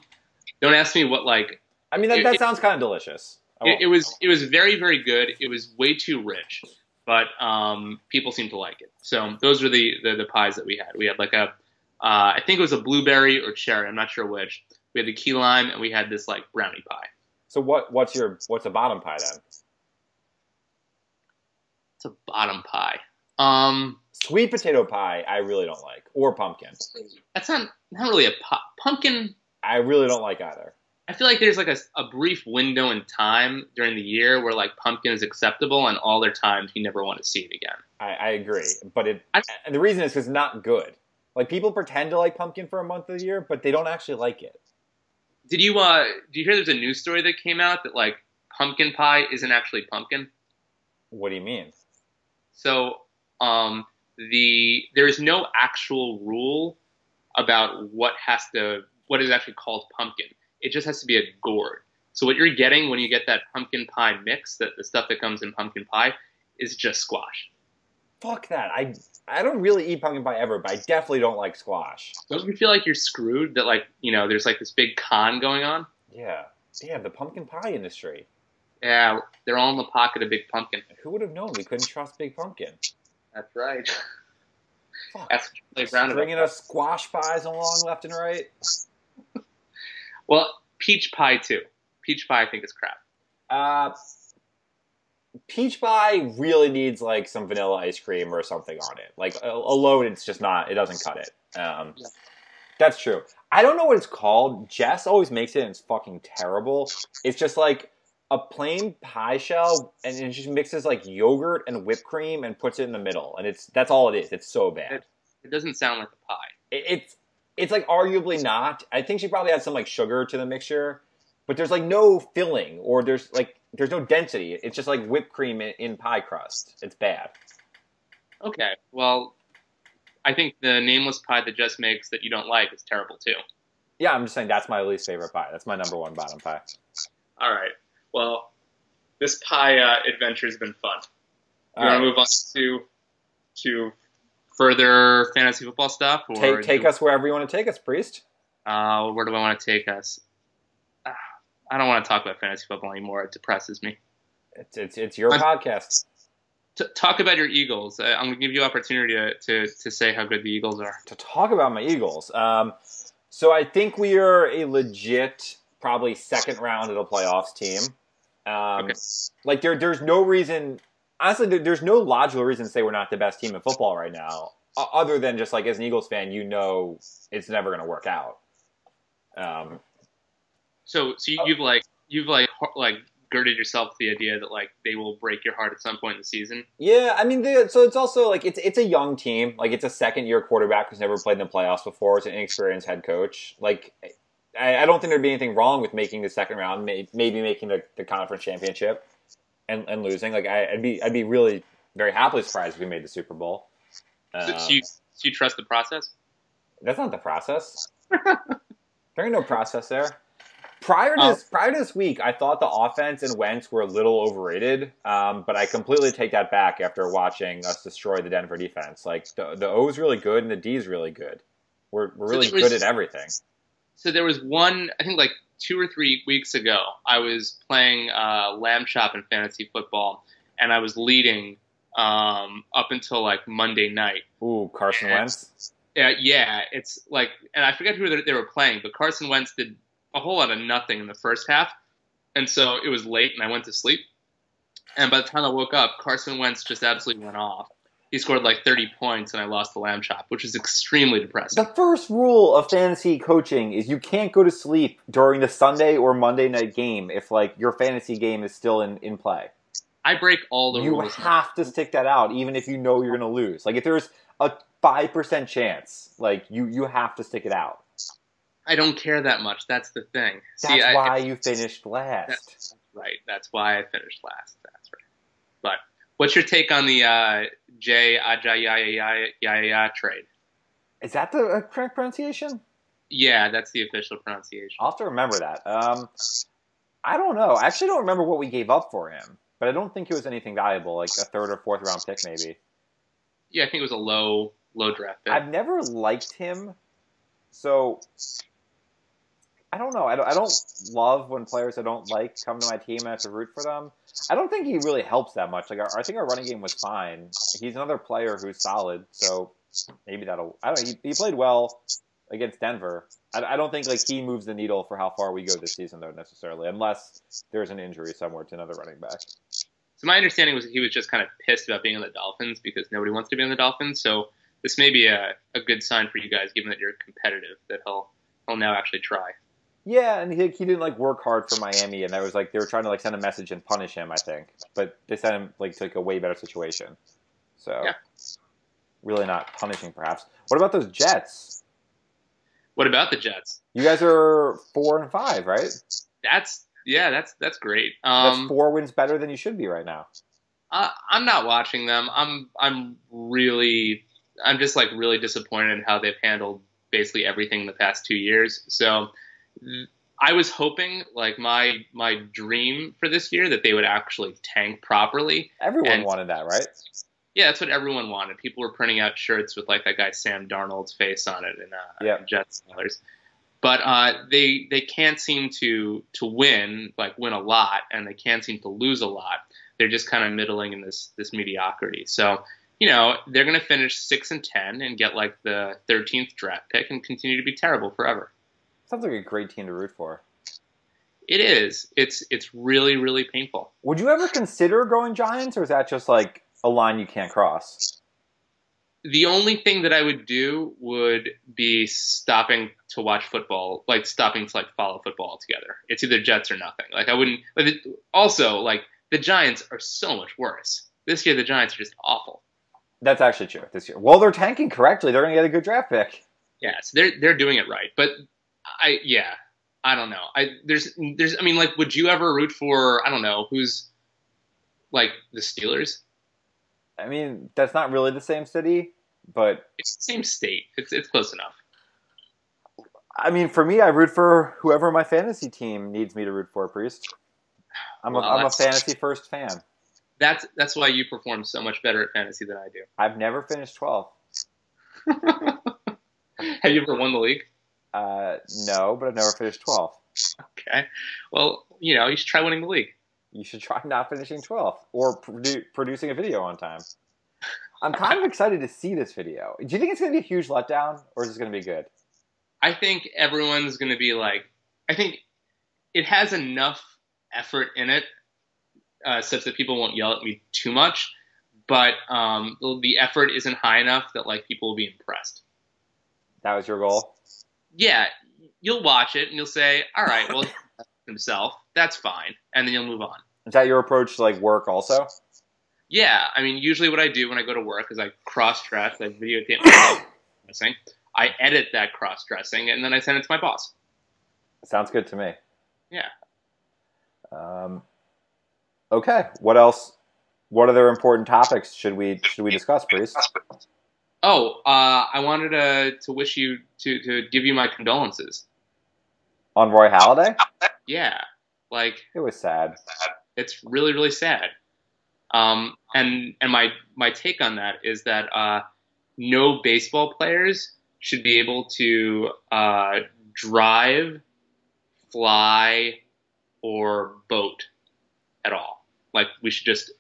Don't ask me what like I mean, that, It- that it- sounds kind of delicious. I it, won't- it was. It was very very good. It was way too rich, but um, people seemed to like it. So those were the, the the pies that we had. We had like a, uh, I think it was a blueberry or cherry. I'm not sure which. We had the key lime and we had this like brownie pie. So, what? What's your what's a bottom pie then? It's a bottom pie. Um, Sweet potato pie, I really don't like, or pumpkin. that's not not really a pop. pumpkin. I really don't like either. I feel like there's like a, a brief window in time during the year where like pumpkin is acceptable, and all their times you never want to see it again. I, I agree, but it I- and the reason is 'cause it's not good. Like people pretend to like pumpkin for a month of the year, but they don't actually like it. Did you uh? Did you hear there's a news story that came out that like pumpkin pie isn't actually pumpkin? What do you mean? So um, the there is no actual rule about what has to what is actually called pumpkin. It just has to be a gourd. So what you're getting when you get that pumpkin pie mix, that the stuff that comes in pumpkin pie, is just squash. Fuck that. I I don't really eat pumpkin pie ever, but I definitely don't like squash. Don't you feel like you're screwed? That like you know there's like this big con going on. Yeah. Damn, the pumpkin pie industry. Yeah, they're all in the pocket of big pumpkin. Who would have known we couldn't trust Big Pumpkin? That's right. Fuck. That's what Charlie Brown about. Bringing us squash pies along left and right. Well, peach pie too. Peach pie I think is crap. Uh, peach pie really needs like some vanilla ice cream or something on it. Like a- alone, it's just not. It doesn't cut it. Um, Yeah. that's true. I don't know what it's called. Jess always makes it, and it's fucking terrible. It's just like a plain pie shell, and it just mixes like yogurt and whipped cream and puts it in the middle, and it's that's all it is. It's so bad. It doesn't sound like a pie. It, it's it's like arguably not. I think she probably had some like sugar to the mixture, but there's like no filling or there's like there's no density. It's just like whipped cream in, in pie crust. It's bad. Okay, well, I think the nameless pie that Jess makes that you don't like is terrible too. Yeah, I'm just saying that's my least favorite pie. That's my number one bottom pie. All right, well, this pie uh, adventure has been fun. You All want right. to move on to to further fantasy football stuff? Or Take take do- us wherever you want to take us, priest. Uh, where do I want to take us? Ah, I don't want to talk about fantasy football anymore. It depresses me. It's it's, it's your I'm- podcast. T- talk about your Eagles. Uh, I'm gonna give you opportunity to, to to say how good the Eagles are. to talk about my Eagles. Um, so I think we are a legit, probably second round of the playoffs team. Um, Okay. Like there, there's no reason. Honestly, there, there's no logical reason to say we're not the best team in football right now, o- other than just like as an Eagles fan, you know it's never going to work out. Um, So so you, you've like you've like har- like girded yourself to the idea that like they will break your heart at some point in the season. Yeah, I mean, the, so it's also like it's it's a young team. Like it's a second year quarterback who's never played in the playoffs before. It's an inexperienced head coach. Like I, I don't think there'd be anything wrong with making the second round, may, maybe making the, the conference championship and, and losing. Like I, I'd be I'd be really very happily surprised if we made the Super Bowl. So, Um, so you so you trust the process? that's not the process. there ain't no process there. Prior to Oh. this, prior to this week, I thought the offense and Wentz were a little overrated, um, but I completely take that back after watching us destroy the Denver defense. Like the the O's really good and the D's really good. We're we're So really there was- good at everything. So there was one I think like two or three weeks ago I was playing uh, lamb chop in fantasy football and I was leading um, up until like Monday night. Ooh, Carson Yeah. Wentz. Yeah, yeah, it's like, and I forget who they they were playing, but Carson Wentz did a whole lot of nothing in the first half, and so it was late, and I went to sleep. And by the time I woke up, Carson Wentz just absolutely went off. He scored like 30 points, and I lost the lamb chop, which is extremely The depressing. first rule of fantasy coaching is you can't go to sleep during the Sunday or Monday night game if like your fantasy game is still in, in play. I break all the you rules. have to stick that out, even if you know you're going to lose. Like if there's a five percent chance, like you you have to stick it out. I don't care that much. That's the thing. That's See, I- why you finished last. That's right. That's why I finished last. That's right. But what's your take on the uh, Jay Ajayayaya trade? Is that the uh, correct pronunciation? Yeah, that's the official pronunciation. I'll have to remember that. Um, I don't know. I actually don't remember what we gave up for him, but I don't think it was anything valuable, like a third or fourth round pick, maybe. Yeah, I think it was a low low draft pick. I've never liked him, so I don't know. I don't, I don't love when players I don't like come to my team and I have to root for them. I don't think he really helps that much. Like our, I think our running game was fine. He's another player who's solid, so maybe that'll. I don't. know. He, he played well against Denver. I, I don't think like he moves the needle for how far we go this season though necessarily, unless there's an injury somewhere to another running back. so my understanding was that he was just kind of pissed about being on the Dolphins because nobody wants to be on the Dolphins. So this may be a, a good sign for you guys, given that you're competitive, that he'll he'll now actually try. Yeah, and he, he didn't like work hard for Miami, and that was like they were trying to like send a message and punish him. I think, but they sent him like to like a way better situation. So, Yeah. really not punishing, perhaps. What about those Jets? What about the Jets? You guys are four and five, right? That's yeah, that's that's great. Um, That's four wins better than you should be right now. Uh, I'm not watching them. I'm I'm really I'm just like really disappointed in how they've handled basically everything in the past two years. So th- I was hoping like my my dream for this year that they would actually tank properly. Everyone And- wanted that, right? Yeah, that's what everyone wanted. People were printing out shirts with like that guy Sam Darnold's face on it and uh, Yeah. Jets colors. But uh, they they can't seem to to win like win a lot, and they can't seem to lose a lot. They're just kind of middling in this this mediocrity. So you know they're going to finish six and ten and get like the thirteenth draft pick and continue to be terrible forever. Sounds like a great team to root for. It is. It's it's really really painful. Would you ever consider going Giants, or is that just like a line you can't cross? the only thing that I would do would be stopping to watch football, like stopping to like follow football altogether. It's either Jets or nothing. Like I wouldn't. But it, also, like the Giants are so much worse this year. The Giants are just awful. That's actually true this year. Well, they're tanking correctly. They're going to get a good draft pick. Yeah, so they're they're doing it right. But I yeah, I don't know. I there's there's I mean like would you ever root for I don't know who's like the Steelers? I mean, that's not really the same city, but It's the same state. It's it's close enough. I mean, for me, I root for whoever my fantasy team needs me to root for. Priest, I'm a, Well, am a that's- fantasy first fan. That's that's why you perform so much better at fantasy than I do. I've never finished 12. Have you ever won the league? Uh, no, but I've never finished 12. Okay. Well, you know, you should try winning the league. You should try not finishing 12 or produ- producing a video on time. I'm kind of excited to see this video. Do you think it's going to be a huge letdown or is this going to be good? I think everyone's going to be like, I think it has enough effort in it uh, such that people won't yell at me too much, but um, the effort isn't high enough that like people will be impressed. That was your goal? Yeah, you'll watch it and you'll say, all right, well, he himself, that's fine, and then you'll move on. Is that your approach to like work also? Yeah, I mean, usually what I do when I go to work is I cross dress, I videotape myself dressing, I edit that cross dressing, and then I send it to my boss. Sounds good to me. Yeah. Um, okay. What else? What other important topics should we should we discuss, Priest? Oh, uh, I wanted to to wish you to to give you my condolences. On Roy Halladay? Yeah, like It was sad. it's really really sad. Um, and and my my take on that is that uh, no baseball players should be able to uh, drive, fly, or boat at all. Like we should just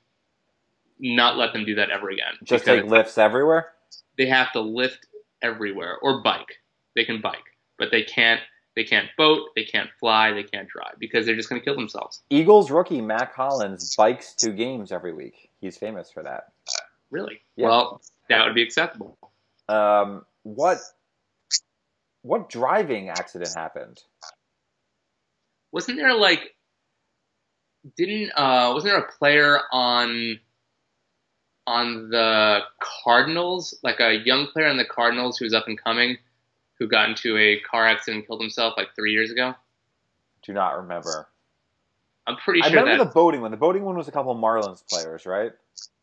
not let them do that ever again. Just because- take lifts everywhere. they have to lift everywhere or bike. They can bike, but they can't they can't boat, they can't fly, they can't drive because they're just going to kill themselves. Eagles rookie Mac Hollins bikes to games every week. He's famous for that. Really? Yeah. Well, that would be acceptable. Um, what what driving accident happened? Wasn't there like didn't uh wasn't there a player on on the Cardinals, like a young player on the Cardinals who was up and coming who got into a car accident and killed himself like 3 years ago? Do not remember. I'm pretty I sure remember that the boating one. The boating one was a couple Marlins players, right?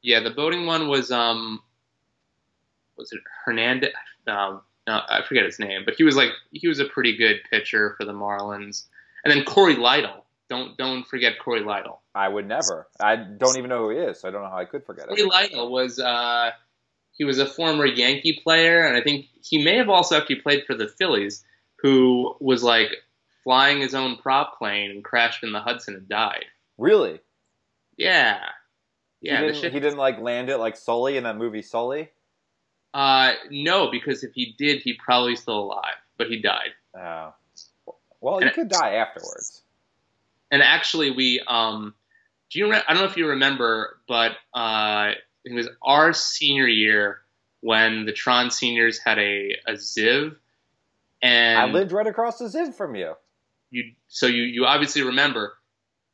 Yeah, the boating one was um, was it Hernandez? No, no, I forget his name, but he was like he was a pretty good pitcher for the Marlins. And then Corey Lytle. Don't don't forget Corey Lytle. I would never. I don't even know who he is, so I don't know how I could forget Corey it. Lytle was uh, he was a former Yankee player, and I think he may have also actually played for the Phillies, who was like flying his own prop plane and crashed in the Hudson and died. Really? Yeah, yeah. he the didn't, shit he didn't like land it like Sully in that movie Sully. Uh, no, because if he did, he'd probably still alive, but he died. Oh. Well, you And- could die afterwards. And actually, we um, do you? Re- I don't know if you remember, but uh, it was our senior year when the Tron seniors had a a ziv, and I lived right across the Ziv from you. you so you you obviously remember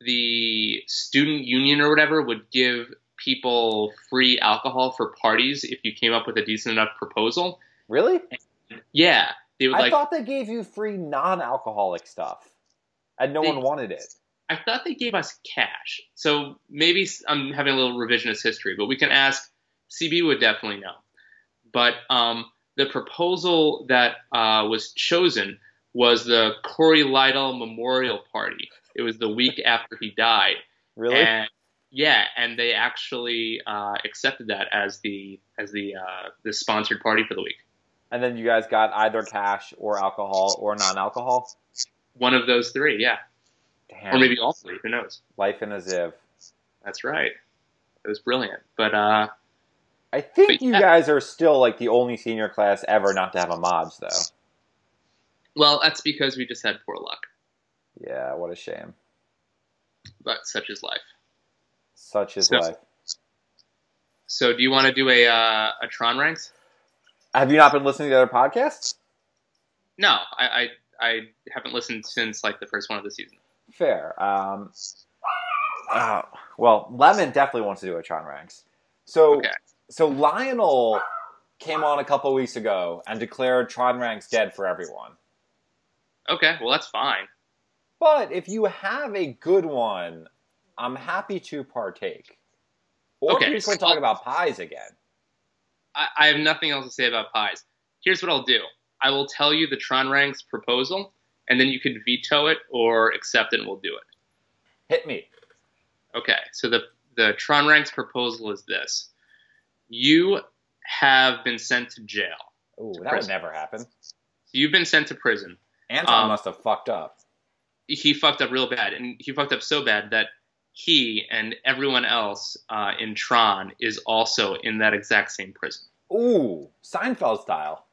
the student union or whatever would give people free alcohol for parties if you came up with a decent enough proposal. Really? Yeah, they would I like. thought they gave you free non-alcoholic stuff, and no They- one wanted it. I thought they gave us cash. So maybe s- I'm having a little revisionist history, but we can ask. CB would definitely know. But um, the proposal that uh, was chosen was the Corey Lytle Memorial Party. It was the week after he died. Really? And, yeah, and they actually uh, accepted that as the as the uh, the sponsored party for the week. and then you guys got either cash or alcohol or non-alcohol. One of those three, yeah, Damn. or maybe all three. Who knows? Life in a Ziv. That's right. It was brilliant. But uh, I think But you yeah. guys are still like the only senior class ever not to have a Mobs, though. well, that's because we just had poor luck. Yeah, what a shame. but such is life. Such is So- life. So, do you want to do a uh, a Tron ranks? Have you not been listening to the other podcasts? No, I, I I haven't listened since like the first one of the season. Fair. Um, uh, well, Lemon definitely wants to do a Tron Ranks. So, Okay. so Lionel came on a couple weeks ago and declared Tron Rank's dead for everyone. Okay, well that's fine. But if you have a good one, I'm happy to partake. Or Okay. we can talk about pies again. I, I have nothing else to say about pies. Here's what I'll do. I will tell you the Tron Ranks proposal, and then you can veto it or accept it, and we'll do it. Hit me. Okay, so the the Tron Ranks proposal is this: you have been sent to jail. Ooh, that would Prison. never happen. You've been sent to prison. Anton Um, must have fucked up. He fucked up real bad, and he fucked up so bad that he and everyone else uh, in Tron is also in that exact same prison, Ooh, Seinfeld style.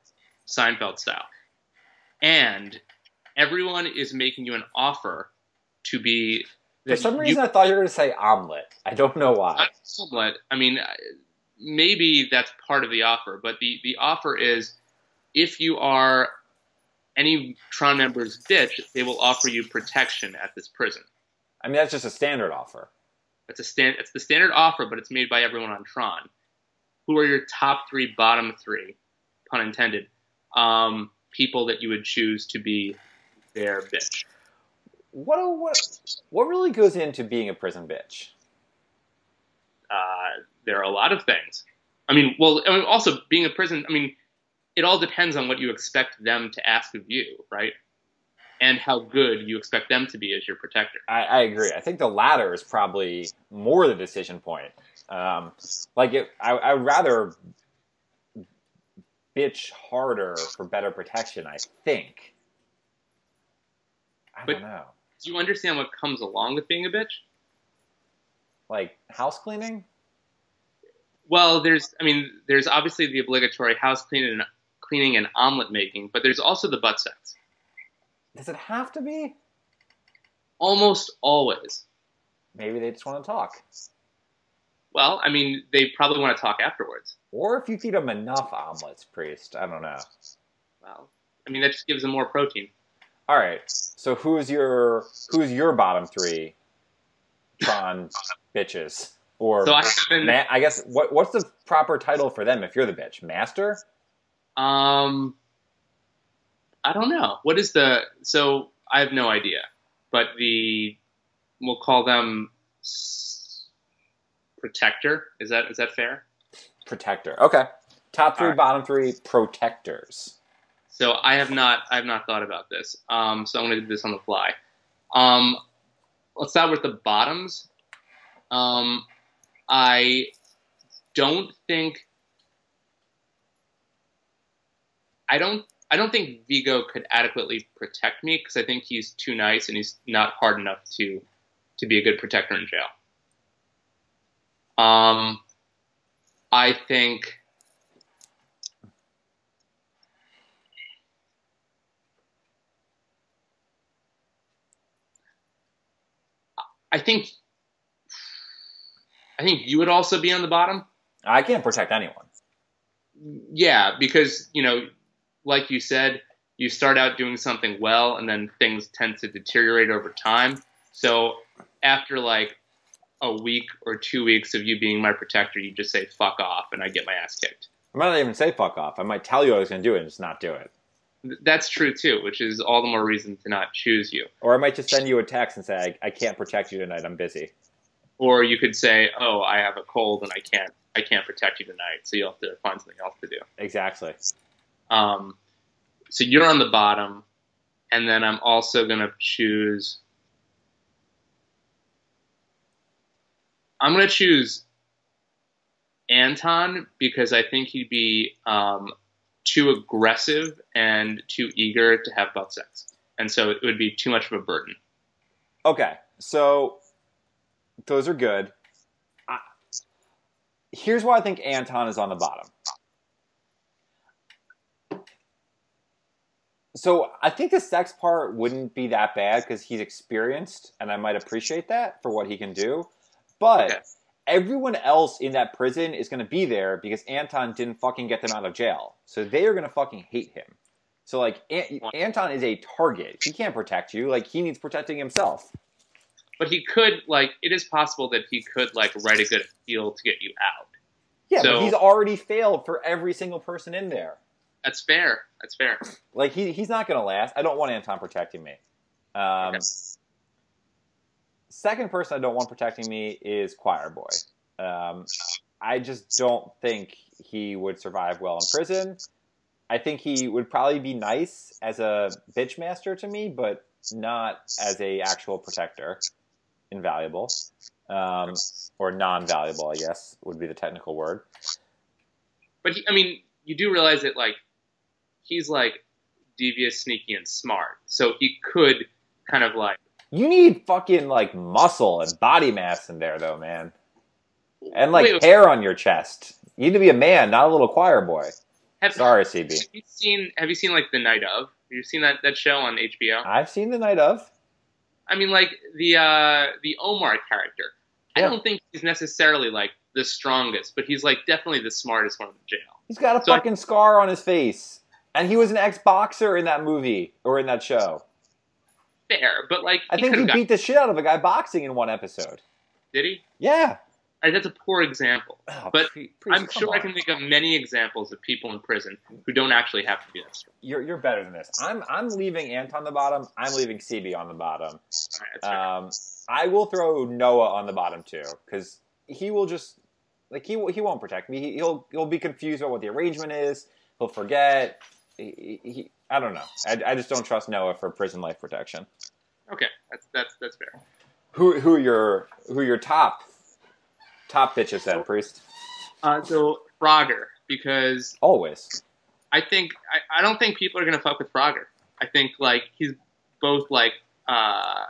Seinfeld style. And everyone is making you an offer to be. For some reason, I thought you were going to say omelet. I don't know why. somewhat. I mean, I- maybe that's part of the offer, but the, the offer is if you are any Tron members ditch, they will offer you protection at this prison. I mean, that's just a standard offer. That's a stand. It's the standard offer, but it's made by everyone on Tron. Who are your top three, bottom three, pun intended, um, people that you would choose to be their bitch? What a, what what really goes into being a prison bitch? uh, there are a lot of things. I mean, well, I mean, also being a prison, I mean, it all depends on what you expect them to ask of you, right? And how good you expect them to be as your protector. I, I agree. I think the latter is probably more the decision point. Um, like, it, I, I'd rather bitch harder for better protection, I think. I But- don't know. Do you understand what comes along with being a bitch? Like, house cleaning? Well, there's, I mean, there's obviously the obligatory house cleaning and, cleaning and omelet making, but there's also the butt sex. Does it have to be? Almost always. Maybe they just want to talk. Well, I mean, they probably want to talk afterwards. Or if you feed them enough omelets, priest. I don't know. Well, I mean, that just gives them more protein. All right. So who's your who's your bottom three Tron bitches? Or So I haven't. Ma- I guess what what's the proper title for them if you're the bitch? Master? Um, I don't know. What is the so? I have no idea. But the we'll call them s- protector. Is that is that fair? Protector. Okay. Top three, All right. bottom three, protectors. So I have not I have not thought about this. Um, so I'm going to do this on the fly. Um, let's start with the bottoms. Um, I don't think I don't I don't think Vigo could adequately protect me because I think he's too nice and he's not hard enough to to be a good protector in jail. Um, I think. I think I think you would also be on the bottom. I can't protect anyone. Yeah, because you know, like you said, you start out doing something well, and then things tend to deteriorate over time. So after like a week or two weeks of you being my protector, you just say "fuck off," and I get my ass kicked. I might not even say fuck off. I might tell you I was gonna do it and just not do it. Th- That's true too, which is all the more reason to not choose you. Or I might just send you a text and say I, I can't protect you tonight. I'm busy. Or you could say, "Oh, I have a cold and I can't, I can't protect you tonight," so you'll have to find something else to do. Exactly. Um, so you're on the bottom, and then I'm also gonna choose. I'm gonna choose Anton because I think he'd be um, too aggressive and too eager to have butt sex, and so it would be too much of a burden. Okay. So those are good. I, here's why I think Anton is on the bottom. So I think the sex part wouldn't be that bad because he's experienced, and I might appreciate that for what he can do. But Okay. everyone else in that prison is going to be there because Anton didn't fucking get them out of jail, so they are going to fucking hate him. So like An- Anton is a target. He can't protect you. Like he needs protecting himself. But he could like it is possible that he could like write a good appeal to get you out. Yeah, So- but he's already failed for every single person in there. That's fair. That's fair. Like he, he's not going to last. I don't want Anton protecting me. Um, Yes. Second person I don't want protecting me is Choir Boy. Um, I just don't think he would survive well in prison. I think he would probably be nice as a bitch master to me, but not as a actual protector. Invaluable, um, or non-valuable, I guess would be the technical word. But he, I mean, you do realize that like he's like devious, sneaky, and smart. So he could kind of like You need fucking like muscle and body mass in there, though, man, and like Wait, hair on your chest. You need to be a man, not a little choir boy. have, Sorry, CB. Have you seen Have you seen like the night of? Have you seen that that show on HBO? I've seen the night of. I mean, like the uh, the Omar character. I Yeah. don't think he's necessarily like the strongest, but he's like definitely the smartest one in the jail. He's got a So I- fucking scar on his face, and he was an ex boxer in that movie or in that show. Fair, but like I think he could've got- beat the shit out of a guy boxing in one episode. did he? Yeah, I, that's a poor example. Oh, But pre- pre- I'm come sure I on. can think of many examples of people in prison who don't actually have to be that strong. You're you're better than this. I'm I'm leaving Ant on the bottom. I'm leaving CB on the bottom. All right, that's fair. Um, I will throw Noah on the bottom too, because he will just like he he won't protect me. He, he'll he'll be confused about what the arrangement is. He'll forget. He, he- he- I don't know. I, I just don't trust Noah for prison life protection. okay, that's that's that's fair. Who who your who your top top bitches then priest Uh, so Frogger, because always. I think I, I don't think people are gonna fuck with Frogger. I think like he's both like uh,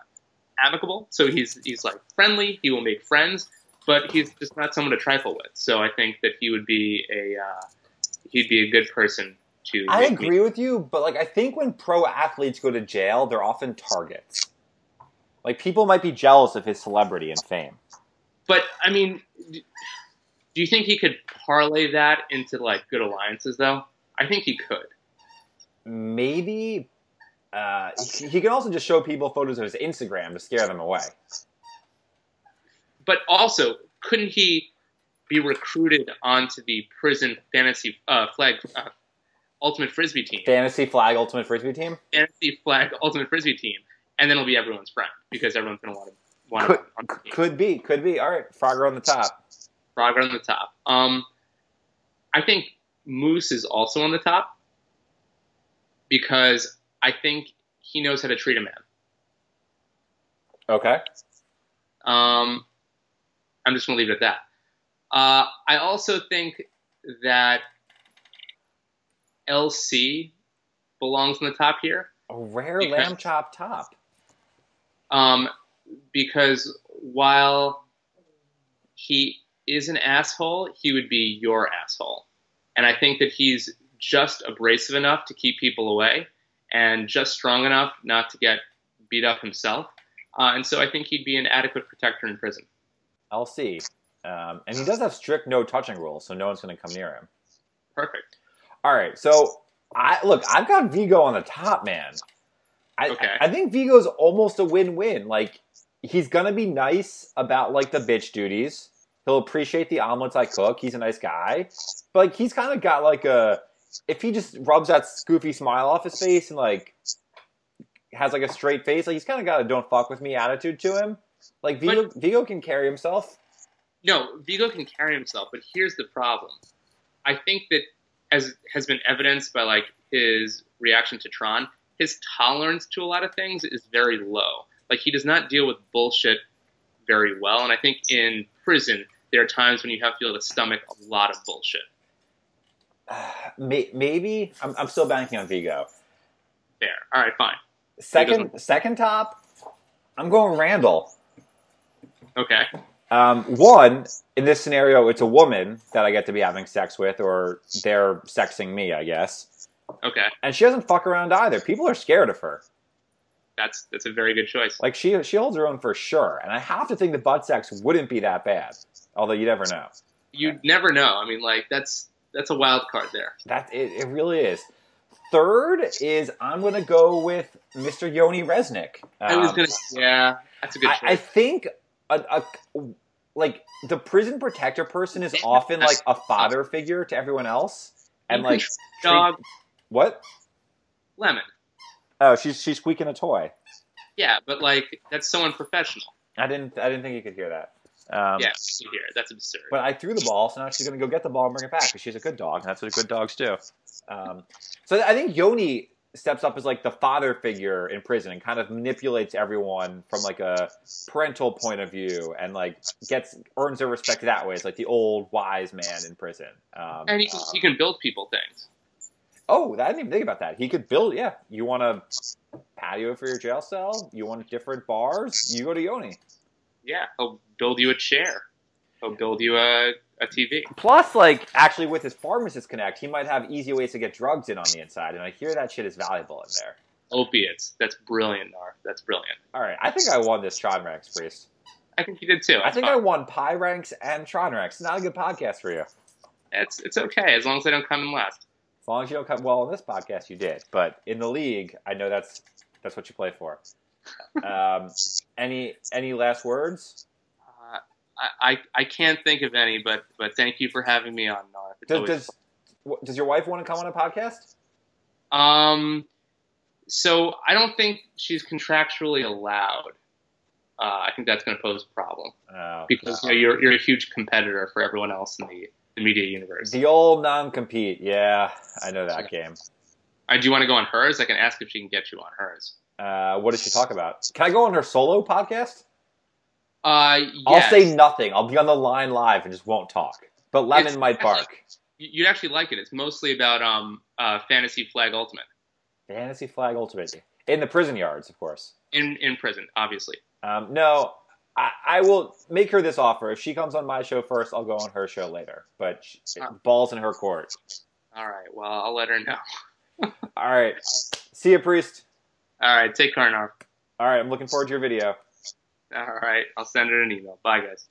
amicable, so he's he's like friendly. He will make friends, but he's just not someone to trifle with. So I think that he would be a uh, he'd be a good person to. I make me- agree with you, but like I think when pro athletes go to jail, they're often targets. Like people might be jealous of his celebrity and fame. But I mean, d- do you think he could parlay that into like good alliances though? I think he could. maybe uh, he, he can also just show people photos of his Instagram to scare them away. But also, couldn't he be recruited onto the prison fantasy uh, flag uh, ultimate frisbee team? Fantasy flag ultimate frisbee team. fantasy flag ultimate frisbee team, and then it'll be everyone's friend because everyone's gonna want to want Could- to on the team. Could be, could be. All right, Frogger on the top. Frogger on the top. Um, I think Moose is also on the top because I think he knows how to treat a man. Okay. Um, I'm just gonna leave it at that. Uh, I also think that LC belongs on the top here. A rare Because- lamb chop top. um, because while he is an asshole, he would be your asshole, and I think that he's just abrasive enough to keep people away, and just strong enough not to get beat up himself, uh, and so I think he'd be an adequate protector in prison. I'll see. Um, and he does have strict no touching rules, so no one's going to come near him. Perfect. All right, so I look. I've got Vigo on the top, man. I, Okay. I think Vigo's almost a win-win. Like he's gonna be nice about like the bitch duties. He'll appreciate the omelets I cook. He's a nice guy, but like he's kind of got like a if he just rubs that goofy smile off his face and like has like a straight face, like he's kind of got a don't fuck with me attitude to him. Like Vigo, Vigo can carry himself. No, Vigo can carry himself, but here's the problem. I think that, as has been evidenced by like his reaction to Tron, his tolerance to a lot of things is very low. Like he does not deal with bullshit very well, and I think in prison there are times when you have to be able to stomach a lot of bullshit. May- Maybe I'm, I'm still banking on Vigo. There. All right, fine. Second, second top. I'm going Randall. Okay. Um, one, in this scenario, it's a woman that I get to be having sex with, or they're sexing me, I guess. Okay. And she doesn't fuck around either. People are scared of her. That's that's a very good choice. Like she she holds her own for sure. And I have to think the butt sex wouldn't be that bad, although you never know. You never know. I mean, like that's that's a wild card there. That it, it really is. Third is I'm gonna go with Mr. Yoni Resnick. I was Um, gonna. Yeah, that's a good I, choice. I think a, a, like the prison protector person is often like a father figure to everyone else, and like dog what? lemon. Oh, she's she's squeaking a toy. Yeah, but like that's so unprofessional. I didn't I didn't think you could hear that. Um, yeah, you hear it. that's absurd. But I threw the ball, so now she's going to go get the ball and bring it back because she's a good dog. And that's what good dogs do. Um, so I think Yoni steps up as like the father figure in prison and kind of manipulates everyone from like a parental point of view and like gets earns their respect that way. It's like the old wise man in prison. Um, and he can, um, he can build people things. oh, I didn't even think about that. He could build. Yeah, you want a patio for your jail cell? You want different bars? You go to Yoni. Yeah, he'll build you a chair. He'll build you a, a TV. Plus, like, actually, with his pharmacist connect, he might have easy ways to get drugs in on the inside, and I hear that shit is valuable in there. Opiates. That's brilliant, Nar. That's brilliant. All right, I think I won this Tron Ranks, Priest. I think you did too. I think I That's won Pi Ranks and Tron Ranks. Not a good podcast for you. As fine. It's it's okay as long as I don't come in last. long as you don't cut well on this podcast, you did. But in the league, I know that's that's what you play for. Um, any any last words? Uh, I, I I can't think of any, but but thank you for having me on, Nar. It's Does always does, wh- does your wife want to come on a podcast? Um, so I don't think she's contractually allowed. Uh, I think that's going to pose a problem Oh, because you know, you're you're a huge competitor for everyone else in the, the media universe. the old non-compete. Yeah, I know that game. Uh, do you want to go on hers? I can ask if she can get you on hers. Uh, what does she talk about? Can I go on her solo podcast? Uh, I'll yes. say nothing. I'll be on the line live and just won't talk. But Lemon It's- might bark. You- you'd actually like it. It's mostly about um uh, fantasy flag ultimate Fantasy Flag Ultimate in the prison yards, of course. in in prison, obviously. Um, no, I, I will make her this offer. If she comes on my show first, I'll go on her show later. But she, Ah. balls in her court. All right. Well, I'll let her know. All right. See you, priest. All right. Take care, Narf. All right. I'm looking forward to your video. All right. I'll send her an email. Bye, guys.